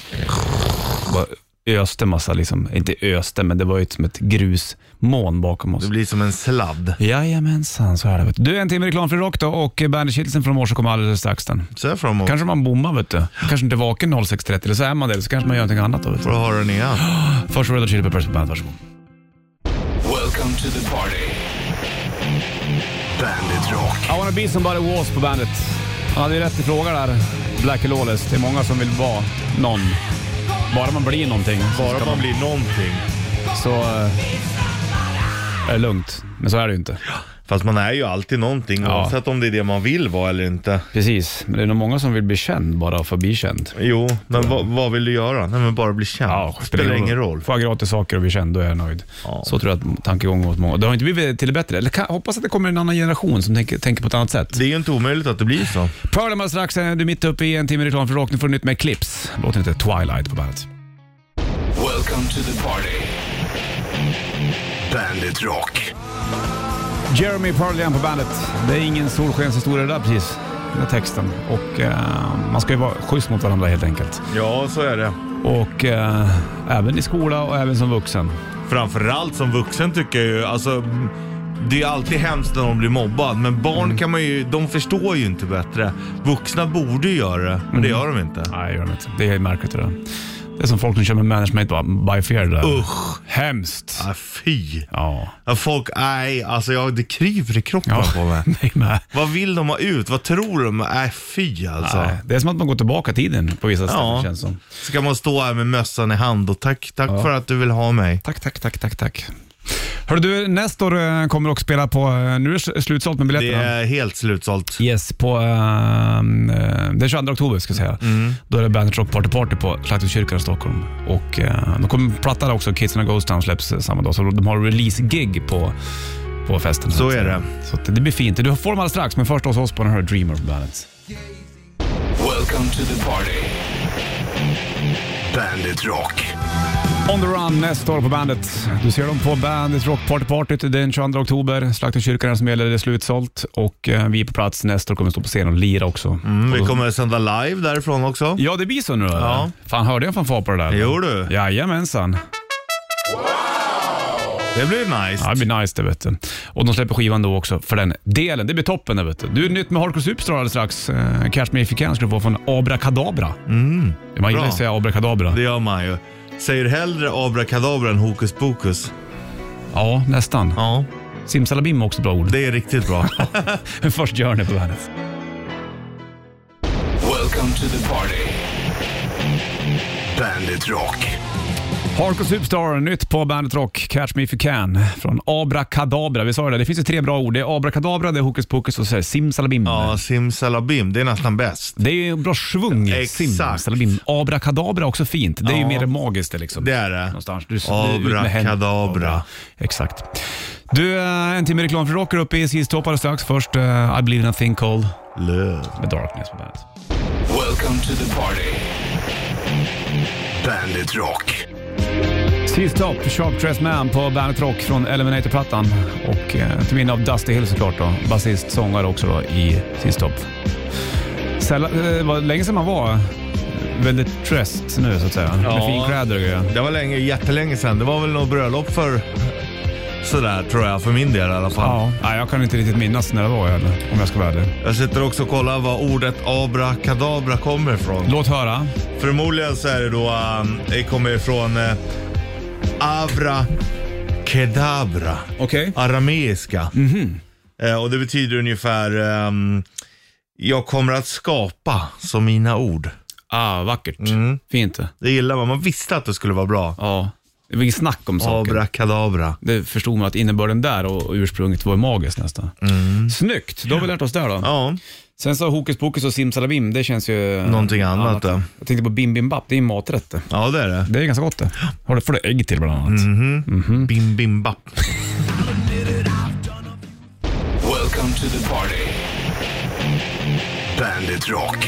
B: bara öste massa, liksom. inte öste, men det var ju som ett grusmoln bakom oss.
C: Det blir som en sladd.
B: Jajamensan, så är det. vet du. Du, en timme reklamfri rock då och Bandage-hitsen från morse kommer alldeles strax. Den.
C: Så här framåt.
B: Kanske man bommar, vet du. Kanske inte vaken 06.30, eller så är man det, eller så kanske man gör någonting annat då. Vet
C: Får
B: du.
C: du ha den igen.
B: Först Red Hot Chili Peppers på bandet, varsågod.
A: Welcome to the party. Bandit Rock.
B: I wanna be somebody was på bandet. Han hade ju rätt i fråga där, Black Lawless. Det är många som vill vara någon. Bara man blir någonting. så
C: Bara
B: ska
C: man blir någonting.
B: Så eh, är det lugnt. Men så är det ju inte.
C: Fast man är ju alltid någonting,
B: Ja.
C: oavsett om det är det man vill vara eller inte.
B: Precis, men det är nog många som vill bli känd bara för att bli känd.
C: Jo, men vad, vad vill du göra? Nej, men bara bli känd. spelar ingen roll.
B: Får jag gratis saker och bli känd, då är jag nöjd.
C: Ja.
B: Så tror jag att tankegången hos många. Det har inte blivit till det bättre. Eller kan, hoppas att det kommer en annan generation som tänker, tänker på ett annat sätt.
C: Det är ju inte omöjligt att det blir så.
B: Pearl Jam strax, eh, du är mitt uppe i en timme reklam för rock. Nu får du nytt med Clips. Låten heter Twilight på bandet.
A: Welcome to the party. Bandit Rock.
B: Jeremy Pearl Jam på bandet. Det är ingen solskenshistoria det där precis. Den här texten. Och eh, man ska ju vara schysst mot varandra helt enkelt.
C: Ja, så är det.
B: Och eh, även i skola och även som vuxen.
C: Framförallt som vuxen tycker jag ju, alltså mm, det är alltid hemskt när de blir mobbad, men
B: Mm.
C: barn kan man ju, de förstår ju inte bättre. Vuxna borde ju göra det, men det
B: Mm.
C: gör de inte.
B: Nej, det gör de inte. Det är märkligt det där. Det är som folk som kör med management bara by fear det där.
C: Usch!
B: Hemskt.
C: Ah, fy!
B: Ja.
C: Ja, folk, nej, alltså jag, det kryper i kroppen
B: Ja,
C: på mig.
B: mig med.
C: Vad vill de ha ut? Vad tror de? Nej, fy alltså.
B: Nej, det är som att man går tillbaka i tiden på vissa ställen
C: Ja.
B: känns som.
C: Ska man stå här med mössan i hand och tack, tack för att du vill ha mig.
B: Tack, tack, tack, tack, tack. Hörru du, Nestor eh, kommer också spela på, eh, nu är det sl- slutsålt med
C: Det
B: biljetterna.
C: är helt slutsålt.
B: Yes, på ehm, eh, den 22 oktober ska jag säga.
C: Mm.
B: Då är det Bandet Rock Party Party på Slakterhuskyrkan i Stockholm. Och eh, då kommer plattan där också, Kids and the Ghost Town släpps eh, samma dag. Så de har release-gig på, på festen.
C: Så
B: att
C: är
B: säga.
C: det.
B: Så att det blir fint. Du får dem alldeles strax, men först hos oss på den här Dreamer på Bandet.
A: Welcome to the party. Bandit Rock.
B: On the Run nästa år på bandet. Du ser dem på bandet Rock Party Party den 22 oktober. Slakterkyrkan är som gäller, det är slutsålt. Och eh, vi är på plats nästa år kommer stå på scen och lira också.
C: Mm, vi kommer att sända live därifrån också.
B: Ja, det blir så nu eller?
C: Ja.
B: Fan, hörde jag en fanfar på det där?
C: Jo du.
B: Jajamensan.
C: Det blir nice.
B: Ja, det blir nice det vet du. Och de släpper skivan då också för den delen. Det blir toppen det vet du. Du är nytt med Hardcore Superstar alldeles strax. Eh, Cash Me If You Can ska du få från Abrakadabra. Mm. Man gillar ju
C: bra.
B: att säga Abrakadabra.
C: Det gör man ju. Säger hellre abrakadabra än hokus pokus.
B: Ja, nästan.
C: Ja,
B: Simsalabim är också ett bra ord.
C: det är riktigt bra.
B: Först gör det på bandet.
A: Welcome to the party. Bandit Rock.
B: Hardcore Superstar, nytt på Bandet Rock, Catch Me If You Can. Från Abrakadabra. Vi sa ju det, det finns ju tre bra ord. Det är Abrakadabra, det är Hokus Pokus och så är det Simsalabim.
C: Ja, simsalabim. Det är nästan bäst.
B: Det är ju en bra svung.
C: Exakt.
B: Simsalabim. Abrakadabra är också fint. Det är ju
C: Ja.
B: mer magiskt det liksom.
C: Det är det.
B: Någonstans. Du, du, ut med händerna.
C: Abrakadabra.
B: Exakt. Du, eh, en timme reklam för rocker uppe i Skistopp alldeles strax. Först eh, I Believe In A Thing Called
C: Löv.
B: med Darkness på bandet.
A: Welcome to the party. Bandit Rock.
B: Sist upp, Sharp Dressed Man på Bandet Rock från Eliminator-plattan. Och eh, till minne av Dusty Hill såklart då. Basist, sångare också då i Sist upp. Sällan, eh, det var länge sedan man var väldigt dressed nu så att säga. Med fin kläder och grejer.
C: Det var länge, jättelänge sedan. Det var väl något bröllop för sådär tror jag, för min del i alla fall.
B: Ja. Nej, jag kan inte riktigt minnas när det var heller, om jag ska vara ärlig.
C: Jag sitter också och kollar var ordet abrakadabra kommer ifrån.
B: Låt höra.
C: Förmodligen så är det då, um, det kommer ifrån uh, abrakadabra.
B: Okej.
C: arameiska.
B: Mhm.
C: Eh, och det betyder ungefär ehm, jag kommer att skapa som mina ord.
B: Ah, vackert. Fint det.
C: Det gillar man. Man visste att det skulle vara bra.
B: Ja. Det var inget snack om saker.
C: Abrakadabra.
B: Det förstod man att innebörden där och och ursprunget var magiskt nästan. Snyggt, då har vi lärt oss där då.
C: Ja,
B: Sen så hokus pokus och simsalabim, det känns ju... eh,
C: någonting annat då.
B: Jag tänkte på bim bim bap, det är en maträtt det.
C: Ja, det är det.
B: Det är ganska gott det. Har du, får du ägg till bland annat. Mm.
C: Bim bim bap.
A: Welcome to the party. Bandit Rock.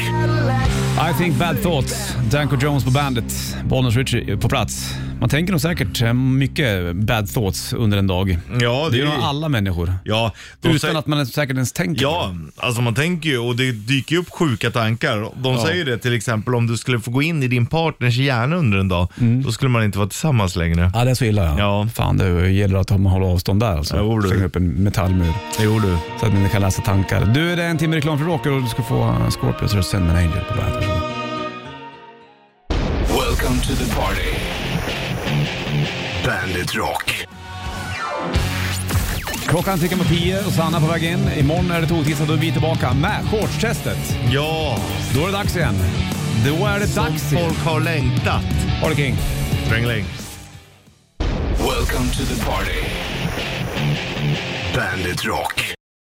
B: I think bad thoughts. Danko Jones på bandet. Bollnäs Richie eh, på plats. Man tänker nog säkert eh, mycket bad thoughts under en dag.
C: Ja,
B: Det gör nog alla människor.
C: Ja, de
B: Utan
C: säger-
B: att man säkert ens tänker på
C: Ja, alltså man tänker ju och det dyker ju upp sjuka tankar. De
B: Ja.
C: säger det till exempel om du skulle få gå in i din partners hjärna under en dag,
B: Mm.
C: då skulle man inte vara tillsammans längre.
B: det. Ja, det är så illa ja.
C: Ja.
B: Fan, det gäller att man håller avstånd där alltså.
C: Jo, du.
B: Slänga upp en metallmur
C: Jo du.
B: så att man inte kan läsa tankar. Du, det är en timme reklam för rocker och du ska få eh, Scorpions och Send Me An Angel på bandet. Varsågod.
A: Welcome to the party. Bandit Rock.
B: Klockan tickar mot 10 och Sanna på väg in. Imorgon är det tog-tisdag, då är vi tillbaka med shortstestet.
C: Ja,
B: Då är det dags igen. Då är det dags igen.
C: folk har längtat.
B: Ha det king.
C: Sprängling.
A: Welcome to the party. Bandit Rock.